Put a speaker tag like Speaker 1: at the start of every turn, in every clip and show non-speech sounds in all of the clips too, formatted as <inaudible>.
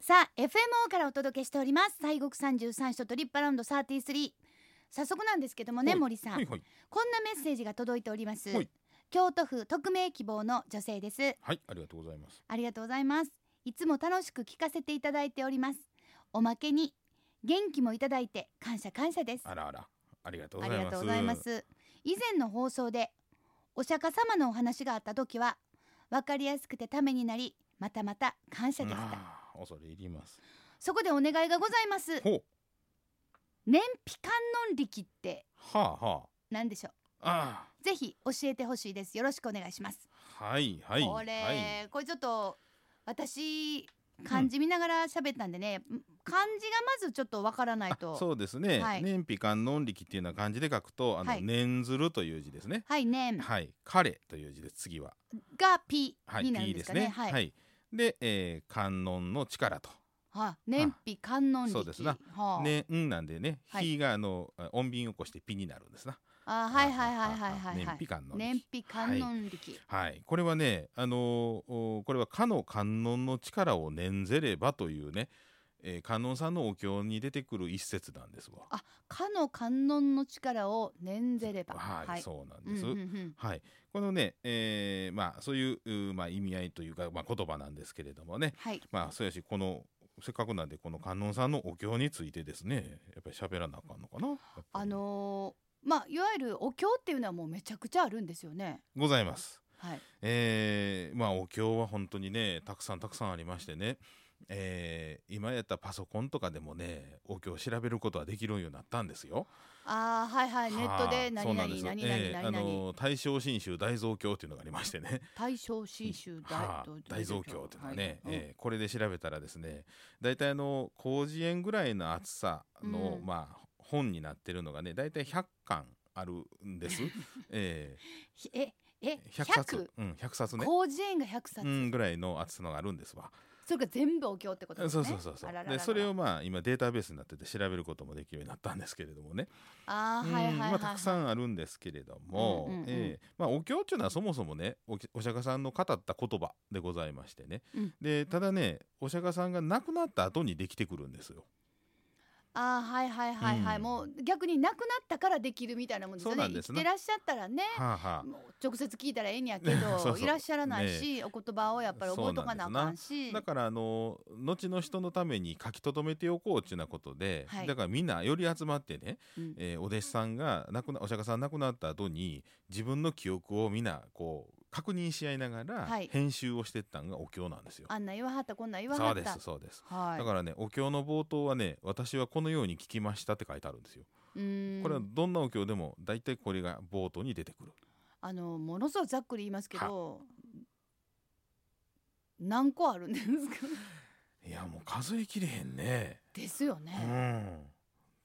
Speaker 1: さあ FMO からお届けしております西国三十三所トリップアラウンド33早速なんですけどもね
Speaker 2: はい
Speaker 1: 森さん、
Speaker 2: はいはい
Speaker 1: こんなメッセージが届いております、
Speaker 2: はい
Speaker 1: 京都府匿名希望の女性です
Speaker 2: はいありがとうございます
Speaker 1: ありがとうございますいつも楽しく聞かせていただいておりますおまけに元気もいただいて感謝感謝です
Speaker 2: あらあらありがとう
Speaker 1: あ
Speaker 2: ご
Speaker 1: り
Speaker 2: ざ
Speaker 1: が
Speaker 2: います
Speaker 1: とうございます以前の放送でお釈迦様のお話があった時は分かりやすくてためになりまたまた感謝でした
Speaker 2: あー恐れ入ります
Speaker 1: そこでお願いがございます
Speaker 2: ほう
Speaker 1: 燃費観音力って
Speaker 2: はあは
Speaker 1: 何でしょ
Speaker 2: ああ
Speaker 1: うぜひ教えてほしいですよろしくお願いします、
Speaker 2: あはいはい
Speaker 1: これ、
Speaker 2: はい
Speaker 1: これちょっと私漢字見ながら喋ったんでね、漢字がまずちょっとわからない
Speaker 2: あ
Speaker 1: と
Speaker 2: そうですね、
Speaker 1: はい
Speaker 2: 燃費観音力っていうのは漢字で書くとあの、
Speaker 1: はい
Speaker 2: 念ずるという字ですね
Speaker 1: はいね
Speaker 2: はい彼という字です次は
Speaker 1: が P
Speaker 2: はい
Speaker 1: になる
Speaker 2: P
Speaker 1: んで
Speaker 2: ですす
Speaker 1: かね
Speaker 2: ね
Speaker 1: はい、
Speaker 2: で、えー、観音の力と
Speaker 1: は燃費観音力
Speaker 2: そうですな
Speaker 1: はあ
Speaker 2: ね、うんなんでね、
Speaker 1: はい
Speaker 2: 火があのあ穏便を起こしてピになるんですな。
Speaker 1: あはいはいはいはいはいは
Speaker 2: 燃
Speaker 1: い
Speaker 2: 費観音力。
Speaker 1: 燃費観音力、
Speaker 2: はい、これはね、あのーおこれはかの観音の力を念ぜればというね、えー、観音さんのお経に出てくる一節なんですわ。
Speaker 1: かの観音の力を念ぜれば
Speaker 2: はい、そうなんです。
Speaker 1: うんうんうん
Speaker 2: はい、このね、えーまあそういううまあ意味合いというかまあ言葉なんですけれどもね、
Speaker 1: はい
Speaker 2: まあそうやしこのせっかくなんでこの観音さんのお経についてですね、やっぱり喋らなあかんのかな。やっぱり
Speaker 1: あのーまあいわゆるお経っていうのはもうめちゃくちゃあるんですよね
Speaker 2: ございます。
Speaker 1: はい
Speaker 2: えーまあお経は本当にねたくさんたくさんありましてね、えー今やったらパソコンとかでもねお経を調べることはできるようになったんですよ。
Speaker 1: あーはいはいネット
Speaker 2: は
Speaker 1: で
Speaker 2: あ
Speaker 1: 何々
Speaker 2: そう
Speaker 1: 何
Speaker 2: なん
Speaker 1: 々
Speaker 2: です
Speaker 1: 何
Speaker 2: えーあ
Speaker 1: 々、
Speaker 2: の大正真宗大蔵経っていうのがありましてね
Speaker 1: 大正新宗 <laughs> 大,、
Speaker 2: はあ大蔵経っていうのはね、えーこれで調べたらですね大体あの広辞苑ぐらいの厚さの、
Speaker 1: うん
Speaker 2: まあ本になってるのがね大体100巻あるん
Speaker 1: <laughs>
Speaker 2: です。え
Speaker 1: ひええ
Speaker 2: ー、
Speaker 1: 百
Speaker 2: 100冊、うん、100冊ね、
Speaker 1: 広辞苑が100冊、
Speaker 2: うん、ぐらいの厚さのがあるんですわ。
Speaker 1: それが全部お経ってことです
Speaker 2: そ
Speaker 1: ね
Speaker 2: うそうそうそう
Speaker 1: あらららら
Speaker 2: でそれをまあ今データベースになってて調べることもできるようになったんですけれどもね、
Speaker 1: あーはいはい
Speaker 2: うん
Speaker 1: はい、
Speaker 2: まあ、たくさ
Speaker 1: ん
Speaker 2: んあるんですけれども、
Speaker 1: うんうんうん
Speaker 2: ええまあ、お経っていうのはそもそもねおお釈迦さんの語った言葉でございましてね、
Speaker 1: うん
Speaker 2: でただねお釈迦さんが亡くなった後にできてくるんですよ。
Speaker 1: あーはいはいはいはい、
Speaker 2: うん
Speaker 1: もう逆になくなったからできるみたいなもんですよね
Speaker 2: そうなんです
Speaker 1: 生
Speaker 2: な
Speaker 1: きてらっしゃったらね
Speaker 2: はあは
Speaker 1: もう直接聞いたらええんやけ
Speaker 2: <laughs> そう
Speaker 1: ど
Speaker 2: そう
Speaker 1: いらっしゃらないし、お言葉をやっぱり覚えとかなあかん
Speaker 2: あ、
Speaker 1: し
Speaker 2: だからあの後の人のために書き留めておこうっていうようなことで、
Speaker 1: はい
Speaker 2: だからみんなより集まってね、
Speaker 1: うん
Speaker 2: えーお弟子さんが亡くなお釈迦さん亡くなった後に自分の記憶をみんなこう確認し合いながら
Speaker 1: はい
Speaker 2: 編集をしてったんがお経なんですよ。
Speaker 1: あんな言わはったこんな言わ
Speaker 2: そ
Speaker 1: は
Speaker 2: う
Speaker 1: っ
Speaker 2: で
Speaker 1: た
Speaker 2: すそうです。
Speaker 1: はい
Speaker 2: だからねお経の冒頭はね私はこのように聞きましたって書いてあるんですよ。
Speaker 1: うーん
Speaker 2: これはどんなお経でも大体これが冒頭に出てくる。
Speaker 1: あのものすごいざっくり言いますけど何個あるんですか
Speaker 2: いやもう数えきれへんね。
Speaker 1: ですよ
Speaker 2: う
Speaker 1: ね、
Speaker 2: ん。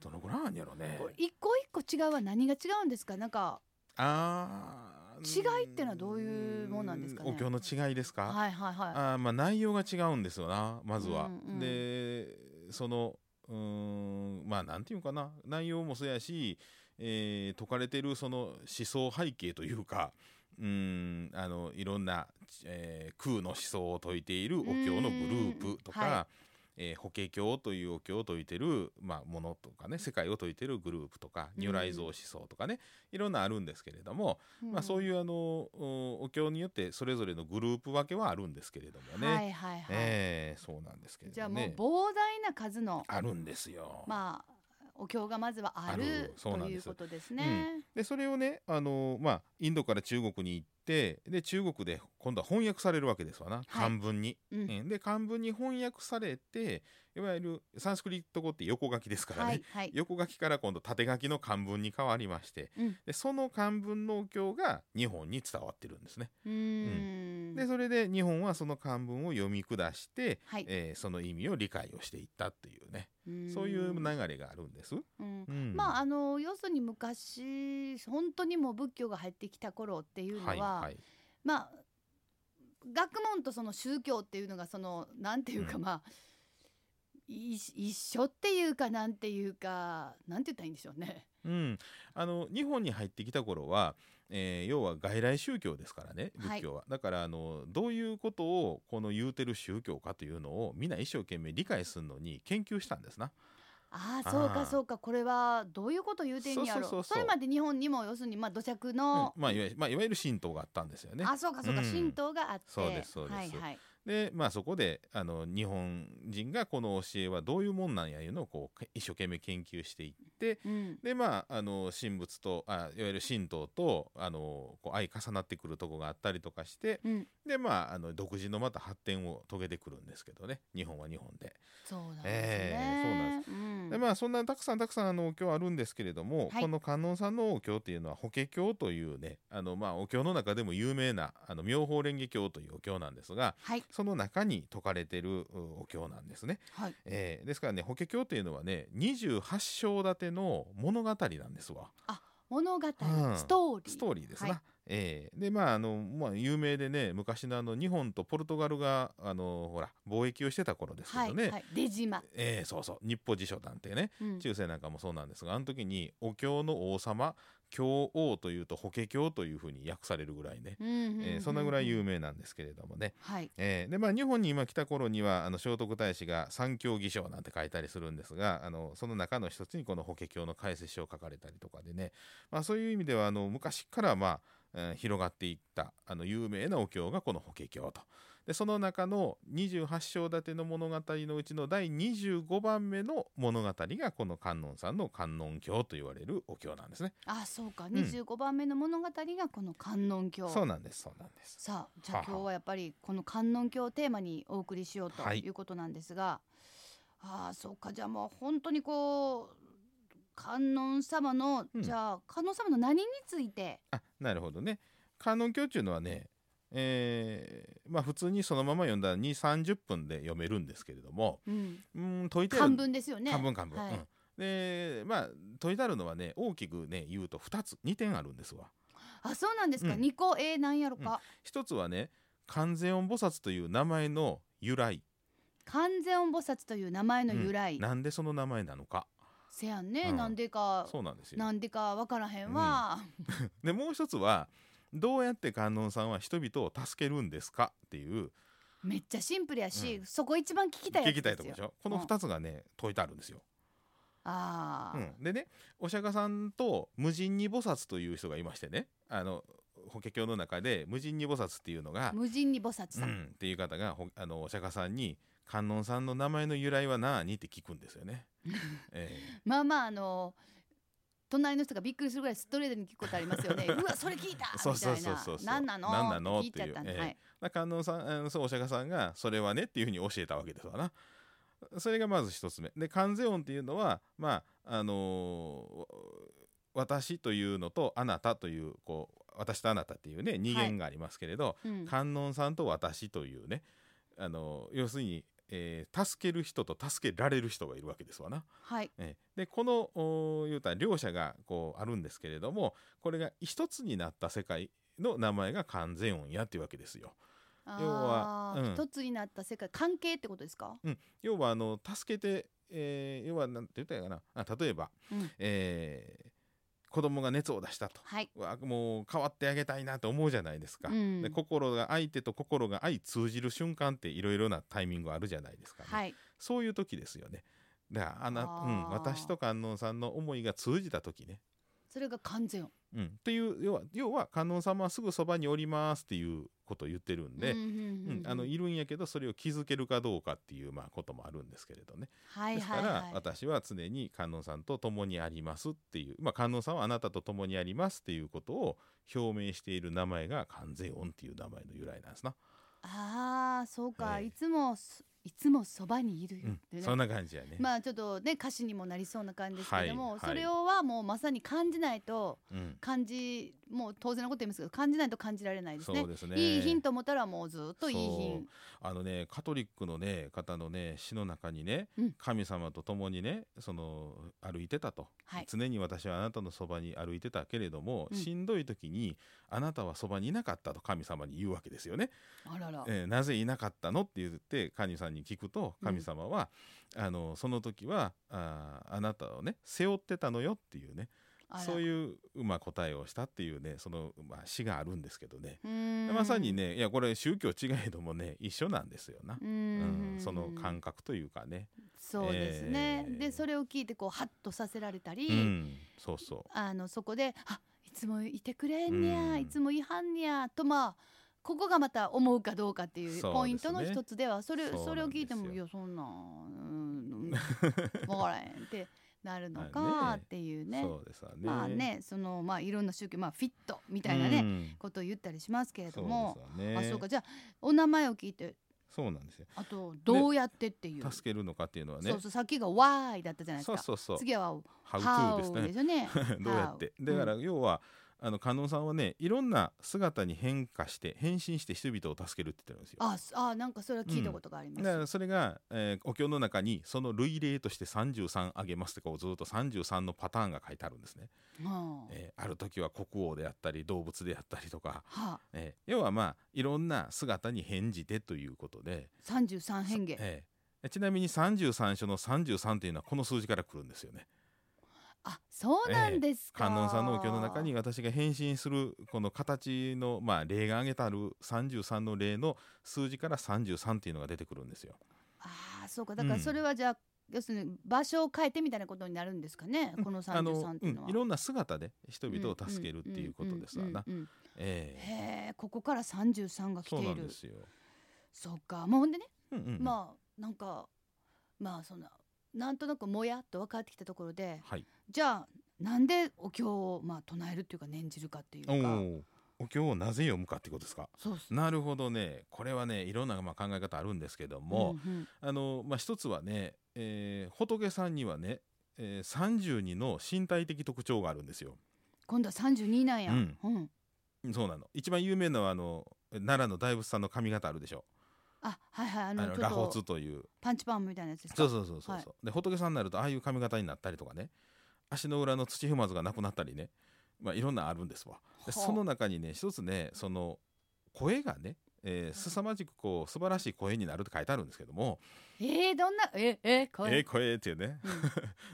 Speaker 2: どのぐらいあんやろね
Speaker 1: こ。れ一個一個違うは何が違うんですかなんか
Speaker 2: あー
Speaker 1: 違いってのはどういうもんなんですかね
Speaker 2: お経の違いですか。
Speaker 1: はいはいは
Speaker 2: あーまあ内容が違うんですよなまずは。
Speaker 1: うんうん
Speaker 2: でそのうーんまあなんていうかな内容もそうやし、えー説かれてるその思想背景というかうーんあのいろんな、えー空の思想を説いているお経のグループと
Speaker 1: うんうんうんは
Speaker 2: か。えー法華経というお経を説いてる、まあ、ものとかね世界を説いてるグループとか如来像思想とかね、いろんなあるんですけれども、
Speaker 1: い、
Speaker 2: まあ、そう
Speaker 1: い
Speaker 2: いうあのおお経によってそれぞれのグループ分けはあるんですけれどもね、
Speaker 1: はいはいはい、
Speaker 2: ええそうなんですけれ
Speaker 1: じゃあ
Speaker 2: ども、
Speaker 1: もう
Speaker 2: ね、
Speaker 1: 膨大な数の
Speaker 2: あるんですよ。
Speaker 1: まあお経がまずはある
Speaker 2: あるそう
Speaker 1: と
Speaker 2: なん
Speaker 1: い
Speaker 2: で
Speaker 1: う
Speaker 2: す
Speaker 1: ことですね。
Speaker 2: でそれをね、あのまあ、インドから中国に行ってで中国で今度は翻訳されるわけですわな漢文に。
Speaker 1: うん
Speaker 2: うんで漢文に翻訳されていわゆるサンスクリット語って横書きですからね、
Speaker 1: はいはい。
Speaker 2: 横書きから今度縦書きの漢文に変わりまして、
Speaker 1: うん
Speaker 2: でその漢文のお経が日本に伝わってるんですね。
Speaker 1: うーん
Speaker 2: でそれで日本はその漢文を読み下して、
Speaker 1: はい
Speaker 2: えーその意味を理解をしていったっていうね
Speaker 1: うん
Speaker 2: そういう流れがあるんです。
Speaker 1: うん
Speaker 2: うん
Speaker 1: まああの要するに昔本当にもう仏教が入ってきた頃っていうのは、
Speaker 2: い、
Speaker 1: まあ学問とその宗教っていうのがそのなんていうか
Speaker 2: うん
Speaker 1: まあ、い一緒っていうかなんていうかなんて言ったらいいんでしょうね。
Speaker 2: うん、あの日本に入ってきた頃は、えー要は外来宗教ですからね
Speaker 1: はい
Speaker 2: 仏教は、だからあのどういうことをこの言うてる宗教かというのをみんな一生懸命理解するのに研究したんですな。
Speaker 1: ああ
Speaker 2: あー
Speaker 1: そうかそうかこれはどういうこと言うてんねやろ
Speaker 2: そうそうそうそう
Speaker 1: れまで日本にも要するにまあ土着の
Speaker 2: う、んまあ、いわゆるまあいわゆる神道があったんですよね。
Speaker 1: あそうかそうか、
Speaker 2: うん
Speaker 1: 神道があって
Speaker 2: そうですそうです
Speaker 1: はいはい、
Speaker 2: で、まあ、そこであの日本人がこの教えはどういうもんなんやいうのをこう一生懸命研究していって
Speaker 1: うん、
Speaker 2: でまああの神仏とあいわゆる神道とあのこう相重なってくるとこがあったりとかして
Speaker 1: うん、
Speaker 2: でまああの独自のまた発展を遂げてくるんですけどね日本は日本で。
Speaker 1: そうなんですね、
Speaker 2: え
Speaker 1: そうなん
Speaker 2: でまあそんなたくさんたくさんあのお経あるんですけれども、
Speaker 1: はい
Speaker 2: この観音さんのお経っていうのは法華経というねあのまあお経の中でも有名なあの妙法蓮華経というお経なんですが
Speaker 1: はい
Speaker 2: その中に説かれてるうお経なんですね。
Speaker 1: はい
Speaker 2: えーですからね法華経っていうのはね28章立ての物語なんですわ。
Speaker 1: 物語、
Speaker 2: うん
Speaker 1: ストーリー
Speaker 2: ストーリーですな。
Speaker 1: はい
Speaker 2: えーでまああの、まあ、有名でね昔のあの日本とポルトガルがあのほら貿易をしてた頃ですけどね、
Speaker 1: はいはい、出島、
Speaker 2: えーそうそう日報辞書なんてね
Speaker 1: うん、
Speaker 2: 中世なんかもそうなんですがあの時にお経の王様経王というと法華経というふうに訳されるぐらいね、
Speaker 1: うんうんうん
Speaker 2: えーそんなぐらい有名なんですけれどもね。
Speaker 1: はい
Speaker 2: えーでまあ、日本に今来た頃にはあの聖徳太子が「三教義章」なんて書いたりするんですがあのその中の一つにこの「法華経」の解説書を書かれたりとかでね、まあ、そういう意味ではあの昔から、まあえー広がっていったあの有名なお経がこの「法華経」と。でその中の28章立ての物語のうちの第25番目の物語がこの観音さんの観音経と言われるお経なんですね。
Speaker 1: あそうか25番目の物語がこの観音経、
Speaker 2: そうなんですそうなんです。
Speaker 1: さあじゃあ
Speaker 2: はは
Speaker 1: 今日はやっぱりこの観音経をテーマにお送りしようと
Speaker 2: はい
Speaker 1: いうことなんですが、ああそうかじゃあもう本当にこう観音様の、
Speaker 2: うん
Speaker 1: じゃあ観音様の何について
Speaker 2: あなるほどね。観音経っていうのはね、えーまあ普通にそのまま読んだら2、30分で読めるんですけれども、
Speaker 1: うん
Speaker 2: うーん、解いてある。
Speaker 1: 漢文ですよね。
Speaker 2: 漢文漢文。
Speaker 1: はい
Speaker 2: うんで、まあ解いてあるのはね、大きくね、言うと2つ、2点あるんですわ。
Speaker 1: あそうなんですか、
Speaker 2: うん
Speaker 1: 二個えー、なんやろか、
Speaker 2: 一つはね、観世音菩薩という名前の由来。
Speaker 1: 観世音菩薩という名前の由来、
Speaker 2: なんでその名前なのか。
Speaker 1: せやんね、
Speaker 2: うん
Speaker 1: なんでか
Speaker 2: そうなんですよ
Speaker 1: な。んでかわからへんわ、
Speaker 2: で、もう一つは、どうやって観音さんは人々を助けるんですかっていう
Speaker 1: めっちゃシンプルやし、
Speaker 2: う
Speaker 1: そこ一番聞きたいや
Speaker 2: 聞
Speaker 1: つ
Speaker 2: きたい
Speaker 1: です
Speaker 2: とこ
Speaker 1: よ
Speaker 2: でし。ょこの2つがね解いてあるんですよ。
Speaker 1: ああ、
Speaker 2: うん、でねお釈迦さんと無人に菩薩という人がいましてねあの法華経の中で無人に菩薩っていうのが、
Speaker 1: 無人に菩薩
Speaker 2: う
Speaker 1: さん、
Speaker 2: ん、っていう方がほあのお釈迦さんに「観音さんの名前の由来は何?」って聞くんです
Speaker 1: <laughs>
Speaker 2: よね。え
Speaker 1: まあまああの隣の人がびっくりするぐらいストレートに聞くことありますよ
Speaker 2: <laughs>
Speaker 1: ね。うわそれ聞いたみ
Speaker 2: そう
Speaker 1: た
Speaker 2: そう
Speaker 1: い
Speaker 2: そう
Speaker 1: な
Speaker 2: そう。そう
Speaker 1: 何なの？
Speaker 2: 何なの
Speaker 1: って聞いちゃったん
Speaker 2: っ
Speaker 1: で、
Speaker 2: ていう
Speaker 1: は
Speaker 2: え
Speaker 1: い。
Speaker 2: えだ観音さんあのそうお釈迦さんが「それはね」っていうふうに教えたわけですわな。それがまず一つ目。で観世音っていうのはまああのー私というのとあなたというこう私とあなたっていうね二元がありますけれど、
Speaker 1: うん、
Speaker 2: 観音さんと私というねあの要するに、えー助ける人と助けられる人がいるわけですわな。
Speaker 1: はい。
Speaker 2: えーでこのおー言うたら両者がこうあるんですけれどもこれが一つになった世界の名前が完全音やっていうわけですよ。要は
Speaker 1: あー
Speaker 2: うん
Speaker 1: 一つになった世界関係ってことですか？
Speaker 2: 要はあの助けて、えー要はなんて言ったらいいかなあ例えば、
Speaker 1: うん
Speaker 2: えー子供が熱を出したと。
Speaker 1: はい。
Speaker 2: うわもう変わってあげたいなと思うじゃないですか、
Speaker 1: うん
Speaker 2: で心が相手と心が相通じる瞬間っていろいろなタイミングあるじゃないですか、ね
Speaker 1: はい。
Speaker 2: そういう時ですよねだからあな
Speaker 1: あー
Speaker 2: うん、私と観音さんの思いが通じた時ね、
Speaker 1: それが完全音。
Speaker 2: うん、っていう要は要は観音様はすぐそばにおりますっていうことを言ってるんで、
Speaker 1: うん
Speaker 2: う
Speaker 1: うんう
Speaker 2: ん
Speaker 1: んうん
Speaker 2: あのいるんやけどそれを気づけるかどうかっていう、まあ、こともあるんですけれどね、
Speaker 1: はい
Speaker 2: ですか
Speaker 1: は
Speaker 2: ら、
Speaker 1: いはい。
Speaker 2: 私は常に観音さんと共にありますっていう、まあ、観音さんはあなたと共にありますっていうことを表明している名前が観世音っていう名前の由来なんですな、
Speaker 1: ああそうか、
Speaker 2: ええ
Speaker 1: いつもそいつもそばにいるよ
Speaker 2: う
Speaker 1: っ
Speaker 2: ん
Speaker 1: てね。
Speaker 2: そんな感じやね、
Speaker 1: まあちょっとね歌詞にもなりそうな感じですけども、
Speaker 2: はいはい
Speaker 1: それをはもうまさに感じないと
Speaker 2: うん、
Speaker 1: 感じもう当然のこと言いますけど感じないと感じられないですね
Speaker 2: そうですね
Speaker 1: いいヒント持ったらもうずっといいヒン
Speaker 2: あのねカトリックのね方のね詩の中にね、
Speaker 1: うん
Speaker 2: 神様と共にねその歩いてたと、
Speaker 1: はい
Speaker 2: 常に私はあなたのそばに歩いてたけれども、
Speaker 1: うん
Speaker 2: しんどい時にあなたはそばにいなかったと神様に言うわけですよね。
Speaker 1: あらら、
Speaker 2: えーなぜいなかったのって言って神さんんに聞くと神様は、あのその時はああなたをね背負ってたのよっていうね
Speaker 1: あら
Speaker 2: そういう、まあ、答えをしたっていうねその、まあ、詩があるんですけどね、
Speaker 1: うーん
Speaker 2: まさにねいやこれ宗教違えどもね一緒なんですよな
Speaker 1: う、
Speaker 2: うん
Speaker 1: ん
Speaker 2: その感覚というかね、
Speaker 1: そうですね、
Speaker 2: えー
Speaker 1: でそれを聞いてこうハッとさせられたり、
Speaker 2: うん、そうそう
Speaker 1: あのそこで「あいつもいてくれんにゃ、
Speaker 2: うん
Speaker 1: いつも違反にゃ」とまあここがまた思うかどうかっていう
Speaker 2: そうですね
Speaker 1: ポイントの一つではそれそ,、
Speaker 2: そう
Speaker 1: れ
Speaker 2: な
Speaker 1: を
Speaker 2: んで
Speaker 1: 聞
Speaker 2: すよ
Speaker 1: いても「いやそんなうん分からへん」ってなるの
Speaker 2: まあ
Speaker 1: か
Speaker 2: ね
Speaker 1: っていうね
Speaker 2: そうですわね。
Speaker 1: まあねそのまあいろんな宗教、まあ、フィットみたいなね、
Speaker 2: うん
Speaker 1: ことを言ったりしますけれ
Speaker 2: そ
Speaker 1: ど
Speaker 2: うです
Speaker 1: も
Speaker 2: わね。
Speaker 1: あそうかじゃあお名前を聞いて
Speaker 2: そうなんですよ。
Speaker 1: あとどうやってっていう、
Speaker 2: 助けるのかっていうのはね。
Speaker 1: そうそうさっきが「わーい」だったじゃないです
Speaker 2: そう
Speaker 1: か。
Speaker 2: そうそう。
Speaker 1: 次は
Speaker 2: ハウツ
Speaker 1: ハ
Speaker 2: ー
Speaker 1: ウ
Speaker 2: ですね
Speaker 1: で。すよね。
Speaker 2: <laughs> どうやって。
Speaker 1: How
Speaker 2: だから要は、あの観音さんはねいろんな姿に変化して変身して人々を助けるって言ってるんですよ。
Speaker 1: あすあなんかそれは聞いたことがあります。
Speaker 2: だからそれが、えーお経の中にその類例として33あげますってこうずっと33のパターンが書いてあるんですね。
Speaker 1: はあ
Speaker 2: えーある時は国王であったり動物であったりとか、
Speaker 1: はあ、
Speaker 2: えー要はまあいろんな姿に変じてということで、
Speaker 1: 三十三変化。
Speaker 2: ええちなみに33所の33というのはこの数字から来るんですよね。
Speaker 1: あ、そうなんですか。
Speaker 2: 観音さんのお経の中に私が変身するこの形の、まあ、例が挙げたある33の例の数字から33っていうのが出てくるんですよ。
Speaker 1: ああ、そうか。だから
Speaker 2: うん
Speaker 1: それはじゃあ、要するに場所を変えてみたいなことになるんですかね。この三十三っていうの
Speaker 2: あ
Speaker 1: は。
Speaker 2: うん、いろんな姿で人
Speaker 1: うん
Speaker 2: 々を助けるっていうことですわな。。
Speaker 1: うんうんうんうんうん
Speaker 2: ええ
Speaker 1: へえ、ここから三十三が来て
Speaker 2: そうないんで
Speaker 1: る。
Speaker 2: すよ。
Speaker 1: そうか。まあほんでね、
Speaker 2: うんうんうん
Speaker 1: まあなんかまあそんななんとなくもやっと分かってきたところで、
Speaker 2: はい、
Speaker 1: じゃあなんでお経をまあ唱えるっていうか念じるかっていう
Speaker 2: お
Speaker 1: か。
Speaker 2: ーお経をなぜ読むかってことですか
Speaker 1: そうっすね。
Speaker 2: なるほどねこれはねいろんな、まあ、考え方あるんですけども、
Speaker 1: うんうん
Speaker 2: あのまあ、一つはね、えー仏さんにはね、えー、32の身体的特徴があるんですよ。
Speaker 1: 今度は三十二なんや。
Speaker 2: うん
Speaker 1: うん
Speaker 2: そうなの一番有名なのはあの奈良の大仏さんの髪型あるでしょ
Speaker 1: あ、はいはい、あ
Speaker 2: あ
Speaker 1: の、
Speaker 2: の
Speaker 1: ちょ
Speaker 2: 羅
Speaker 1: っ
Speaker 2: 髪
Speaker 1: と
Speaker 2: という
Speaker 1: パンチパンみたいなやつですか。
Speaker 2: そうそうそうそうそう、
Speaker 1: はい
Speaker 2: で仏さんになるとああいう髪型になったりとかね足の裏の土踏まずがなくなったりね、まあ、いろんなのあるんですわで
Speaker 1: ほう
Speaker 2: その中にね一つねその声がね、えー、凄まじくこう素晴らしい声になるって書いてあるんですけども
Speaker 1: えー、どんな、え、え、
Speaker 2: 「え
Speaker 1: こ
Speaker 2: え声」っていうね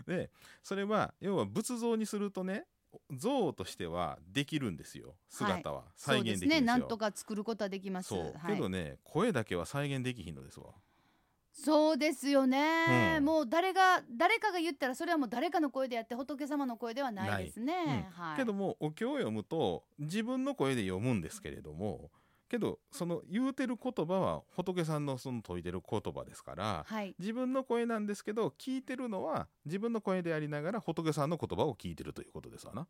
Speaker 1: うん
Speaker 2: でそれは要は仏像にするとね像としてはできるんですよ姿は、 <laughs> 再
Speaker 1: そう
Speaker 2: 現
Speaker 1: で
Speaker 2: ですきるんです
Speaker 1: ね、
Speaker 2: よ。
Speaker 1: なんとか作ることはできます。
Speaker 2: そう、
Speaker 1: はい
Speaker 2: けどね声だけは再現できひんのですわ
Speaker 1: そうですよね、
Speaker 2: うん
Speaker 1: もう誰が、誰かが言ったら、それはもう誰かの声でやって、仏様の声ではないですね。
Speaker 2: ないうん
Speaker 1: はい。
Speaker 2: けどもお経を読むと自分の声で読むんですけれどもけどその言うてる言葉は仏さんのその説いてる言葉ですから
Speaker 1: はい。
Speaker 2: 自分の声なんですけど聞いてるのは自分の声でありながら仏さんの言葉を聞いてるということですわな。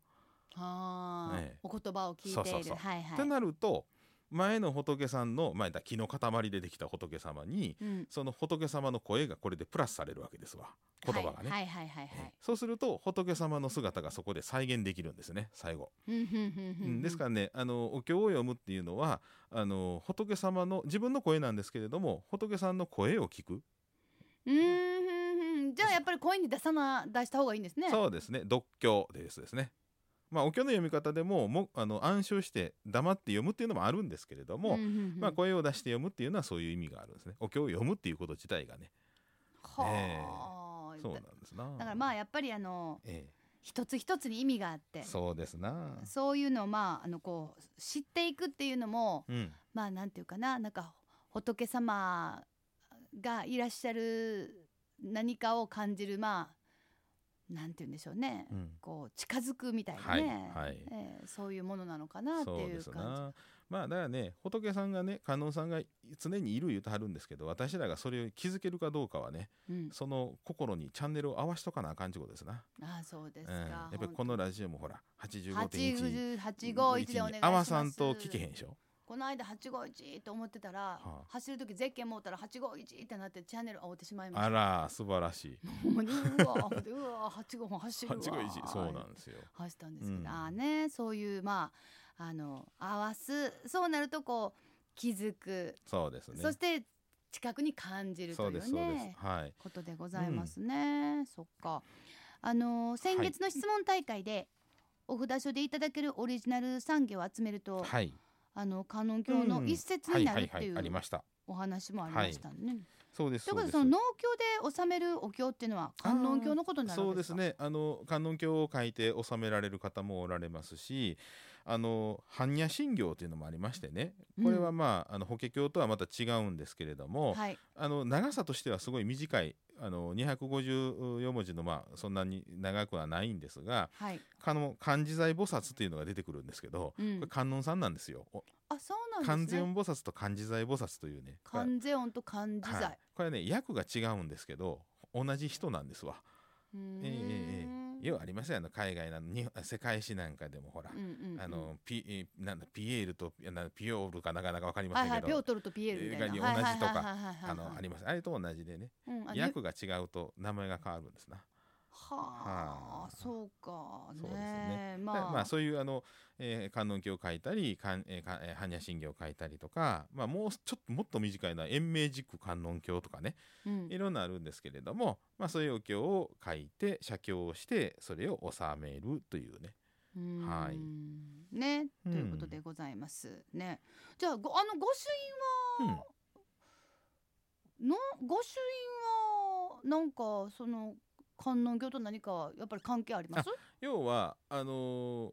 Speaker 1: ああ、
Speaker 2: ええ
Speaker 1: お言葉を聞いている。
Speaker 2: そうそうそう
Speaker 1: はいは
Speaker 2: って
Speaker 1: い。
Speaker 2: なると前の仏さんの前だ木の塊でできた仏様に
Speaker 1: うん。
Speaker 2: その仏様の声がこれでプラスされるわけですわ言葉がね。
Speaker 1: はいはいはいはいはい。
Speaker 2: そうすると仏様の姿がそこで再現できるんですね最後、
Speaker 1: うんうんうんうん
Speaker 2: う
Speaker 1: うんん
Speaker 2: ですからねあのお経を読むっていうのはあの仏様の自分の声なんですけれども仏さんの声を聞く、
Speaker 1: うんうんうん。じゃあ、やっぱり声に出さな、出した方がいいんですね。
Speaker 2: そうですね読経ですですねまあお経の読み方でももあの暗唱して黙って読むっていうのもあるんですけれども、
Speaker 1: んんん
Speaker 2: まあ、声を出して読むっていうのはそういう意味があるんですねお経を読むっていうこと自体がね
Speaker 1: はあ、
Speaker 2: そうなんですな
Speaker 1: だからまあやっぱりあの
Speaker 2: え
Speaker 1: 一つ一つに意味があって
Speaker 2: え、そうですな
Speaker 1: そういうのをまああのこう知っていくっていうのも
Speaker 2: うん
Speaker 1: まあなんていうかななんか仏様がいらっしゃる何かを感じるまあなんていうんでしょうね、
Speaker 2: うん
Speaker 1: こう近づくみたいなね、
Speaker 2: はいはい
Speaker 1: ええそういうものなのかなって
Speaker 2: そう
Speaker 1: い
Speaker 2: で
Speaker 1: う
Speaker 2: す
Speaker 1: 感
Speaker 2: なまあだからね仏さんがね観音さんが常にいる言うてはるんですけど私らがそれを気づけるかどうかはね
Speaker 1: じ。うん、
Speaker 2: その心にチャンネルを合わしとかなあかんちゅうことですな
Speaker 1: ああそうです
Speaker 2: う
Speaker 1: か。
Speaker 2: ん、やっぱりこのラジオもほら85.1
Speaker 1: 851でお願いします。
Speaker 2: 合わさんと聞けへんでしょ
Speaker 1: この間851と思ってたら、
Speaker 2: あ
Speaker 1: 走る時ゼッケン持ったら851ってなってチャンネル煽ってしまいました
Speaker 2: あら素晴らしい
Speaker 1: ほんまにうわ思ってうわ851走るわ
Speaker 2: 851そうなんですよ
Speaker 1: 走ったんですけど、
Speaker 2: うん
Speaker 1: ああねそういうまああの合わすそうなるとこう気づく、
Speaker 2: そうですね
Speaker 1: そして近くに感じる
Speaker 2: そ
Speaker 1: と
Speaker 2: う
Speaker 1: い
Speaker 2: です
Speaker 1: う
Speaker 2: そうです
Speaker 1: ね
Speaker 2: はい
Speaker 1: ことでございますね、そっかあの先
Speaker 2: はい
Speaker 1: 月の質問大会で、お札書でいただけるオリジナル産業を集めると、
Speaker 2: はい
Speaker 1: あの観音経の一節
Speaker 2: は
Speaker 1: に
Speaker 2: い
Speaker 1: な
Speaker 2: は
Speaker 1: るっ
Speaker 2: い
Speaker 1: て
Speaker 2: はいいうありました
Speaker 1: お話もありましたね。
Speaker 2: そうです
Speaker 1: という
Speaker 2: そ
Speaker 1: こと
Speaker 2: うで
Speaker 1: ですその農協で収めるお経っていうのは観音経のことになる
Speaker 2: そうん
Speaker 1: で
Speaker 2: です
Speaker 1: か
Speaker 2: すねあの観音経を書いて収められる方もおられますしあの般若心経というのもありましてねこれはまあ,、あの法華経とはまた違うんですけれども、
Speaker 1: はい
Speaker 2: あの長さとしてはすごい短いあの254文字のまあそんなに長くはないんですが
Speaker 1: はい、
Speaker 2: かの漢字財菩薩っていうのが出てくるんですけど、
Speaker 1: う
Speaker 2: これ
Speaker 1: ん、
Speaker 2: 観音さんなんですよ。お
Speaker 1: あそうなん
Speaker 2: 観
Speaker 1: です
Speaker 2: 世
Speaker 1: ね
Speaker 2: 音菩薩と漢字財菩薩というね。これ
Speaker 1: 観世音と漢字
Speaker 2: は
Speaker 1: 財
Speaker 2: い、これね訳が違うんですけど同じ人なんですわ。
Speaker 1: うーん
Speaker 2: ええようありますよあの海外なのに世界史なんかでもほら、
Speaker 1: うんうんうん
Speaker 2: あのピえーなんだピエールとなピオールかなかなかわかりま
Speaker 1: は
Speaker 2: せ
Speaker 1: い
Speaker 2: ん
Speaker 1: は
Speaker 2: け
Speaker 1: い
Speaker 2: ど、
Speaker 1: ピョートルとピエールみたいな
Speaker 2: 映画に同じとか
Speaker 1: はいはいはいはいはい
Speaker 2: あのありますあれと同じでね
Speaker 1: うんあね
Speaker 2: 訳が違うと名前が変わるんですな。
Speaker 1: は
Speaker 2: は
Speaker 1: あ
Speaker 2: あ
Speaker 1: そうかね
Speaker 2: そうですね
Speaker 1: ま
Speaker 2: まあ、
Speaker 1: あ、
Speaker 2: まあそういうあの、えー、観音経を書いたりかん、えーかえー般若心経を書いたりとか、まあ、もうちょっともっと短いのは延命軸観音経とかね
Speaker 1: うん
Speaker 2: いろんなあるんですけれども、まあ、そういうお経を書いて写経をしてそれを納めるというねはい
Speaker 1: ー
Speaker 2: う
Speaker 1: んね、
Speaker 2: うん
Speaker 1: ということでございますね。じゃあごあの御朱印は、の御朱印はなんかその観音経と何かやっぱり関係あります？
Speaker 2: 要はあの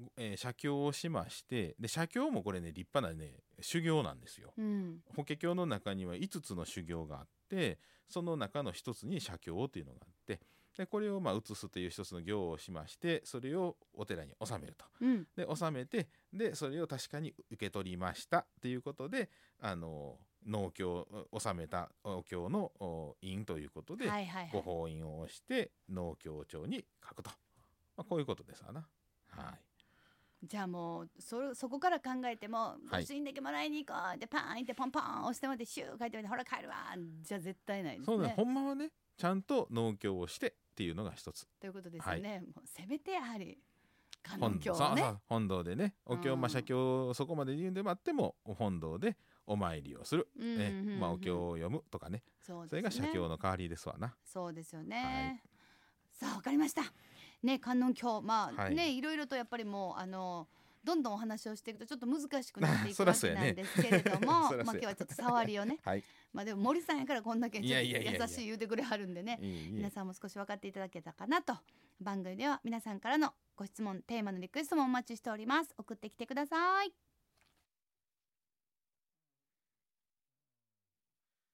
Speaker 2: ーえー写経をしましてで写経もこれね立派なね修行なんですよ。
Speaker 1: うん。
Speaker 2: 法華経の中には5つの修行があってその中の1つに写経というのがあってでこれをまあ移すという一つの行をしましてそれをお寺に納めると。
Speaker 1: うん。
Speaker 2: で納めてでそれを確かに受け取りましたということであの農協納めたお経のお印ということで、
Speaker 1: はいはいは
Speaker 2: ご
Speaker 1: い。
Speaker 2: 法印を押して農協長に書くと、まあ、こういうことですわな。はい
Speaker 1: じゃあもうそれそこから考えても御
Speaker 2: はい
Speaker 1: 朱印だけもらいに行こうでパーン行ってポンポン押してもらってシュー書いてもらってほら帰るわじゃあ絶対ないです
Speaker 2: そうね
Speaker 1: ね。
Speaker 2: ほんまはねちゃんと農協をしてっていうのが一つ
Speaker 1: ということですよね。もうせめてやはり観音
Speaker 2: 本
Speaker 1: 経
Speaker 2: 堂
Speaker 1: を
Speaker 2: そう
Speaker 1: ね
Speaker 2: そう本堂でねお経、ま
Speaker 1: うん
Speaker 2: あ、写経そこまで言うんでもあっても本堂でお参りをする、
Speaker 1: うんうん
Speaker 2: ね
Speaker 1: うんうん
Speaker 2: まあ、お経を読むとかね
Speaker 1: そうです
Speaker 2: それが写経の代わりですわな。
Speaker 1: そうですよね。さあわかりました。ね観音経まあ、
Speaker 2: はい
Speaker 1: ねいろいろとやっぱりもうあのどんどんお話をしていくとちょっと難しくなっていく
Speaker 2: そ
Speaker 1: わ
Speaker 2: らそう
Speaker 1: け
Speaker 2: や
Speaker 1: なん
Speaker 2: ね
Speaker 1: ですけれども、
Speaker 2: <laughs> そらそうや
Speaker 1: まあ今日はちょっと触りをね
Speaker 2: はい、
Speaker 1: まあでも森さんやからこんだけちょっと
Speaker 2: いやいやいやいや
Speaker 1: 優しい言うてくれはるんでね
Speaker 2: いいいい
Speaker 1: 皆さんも少し分かっていただけたかなと番組では皆さんからのご質問テーマのリクエストもお待ちしております送ってきてください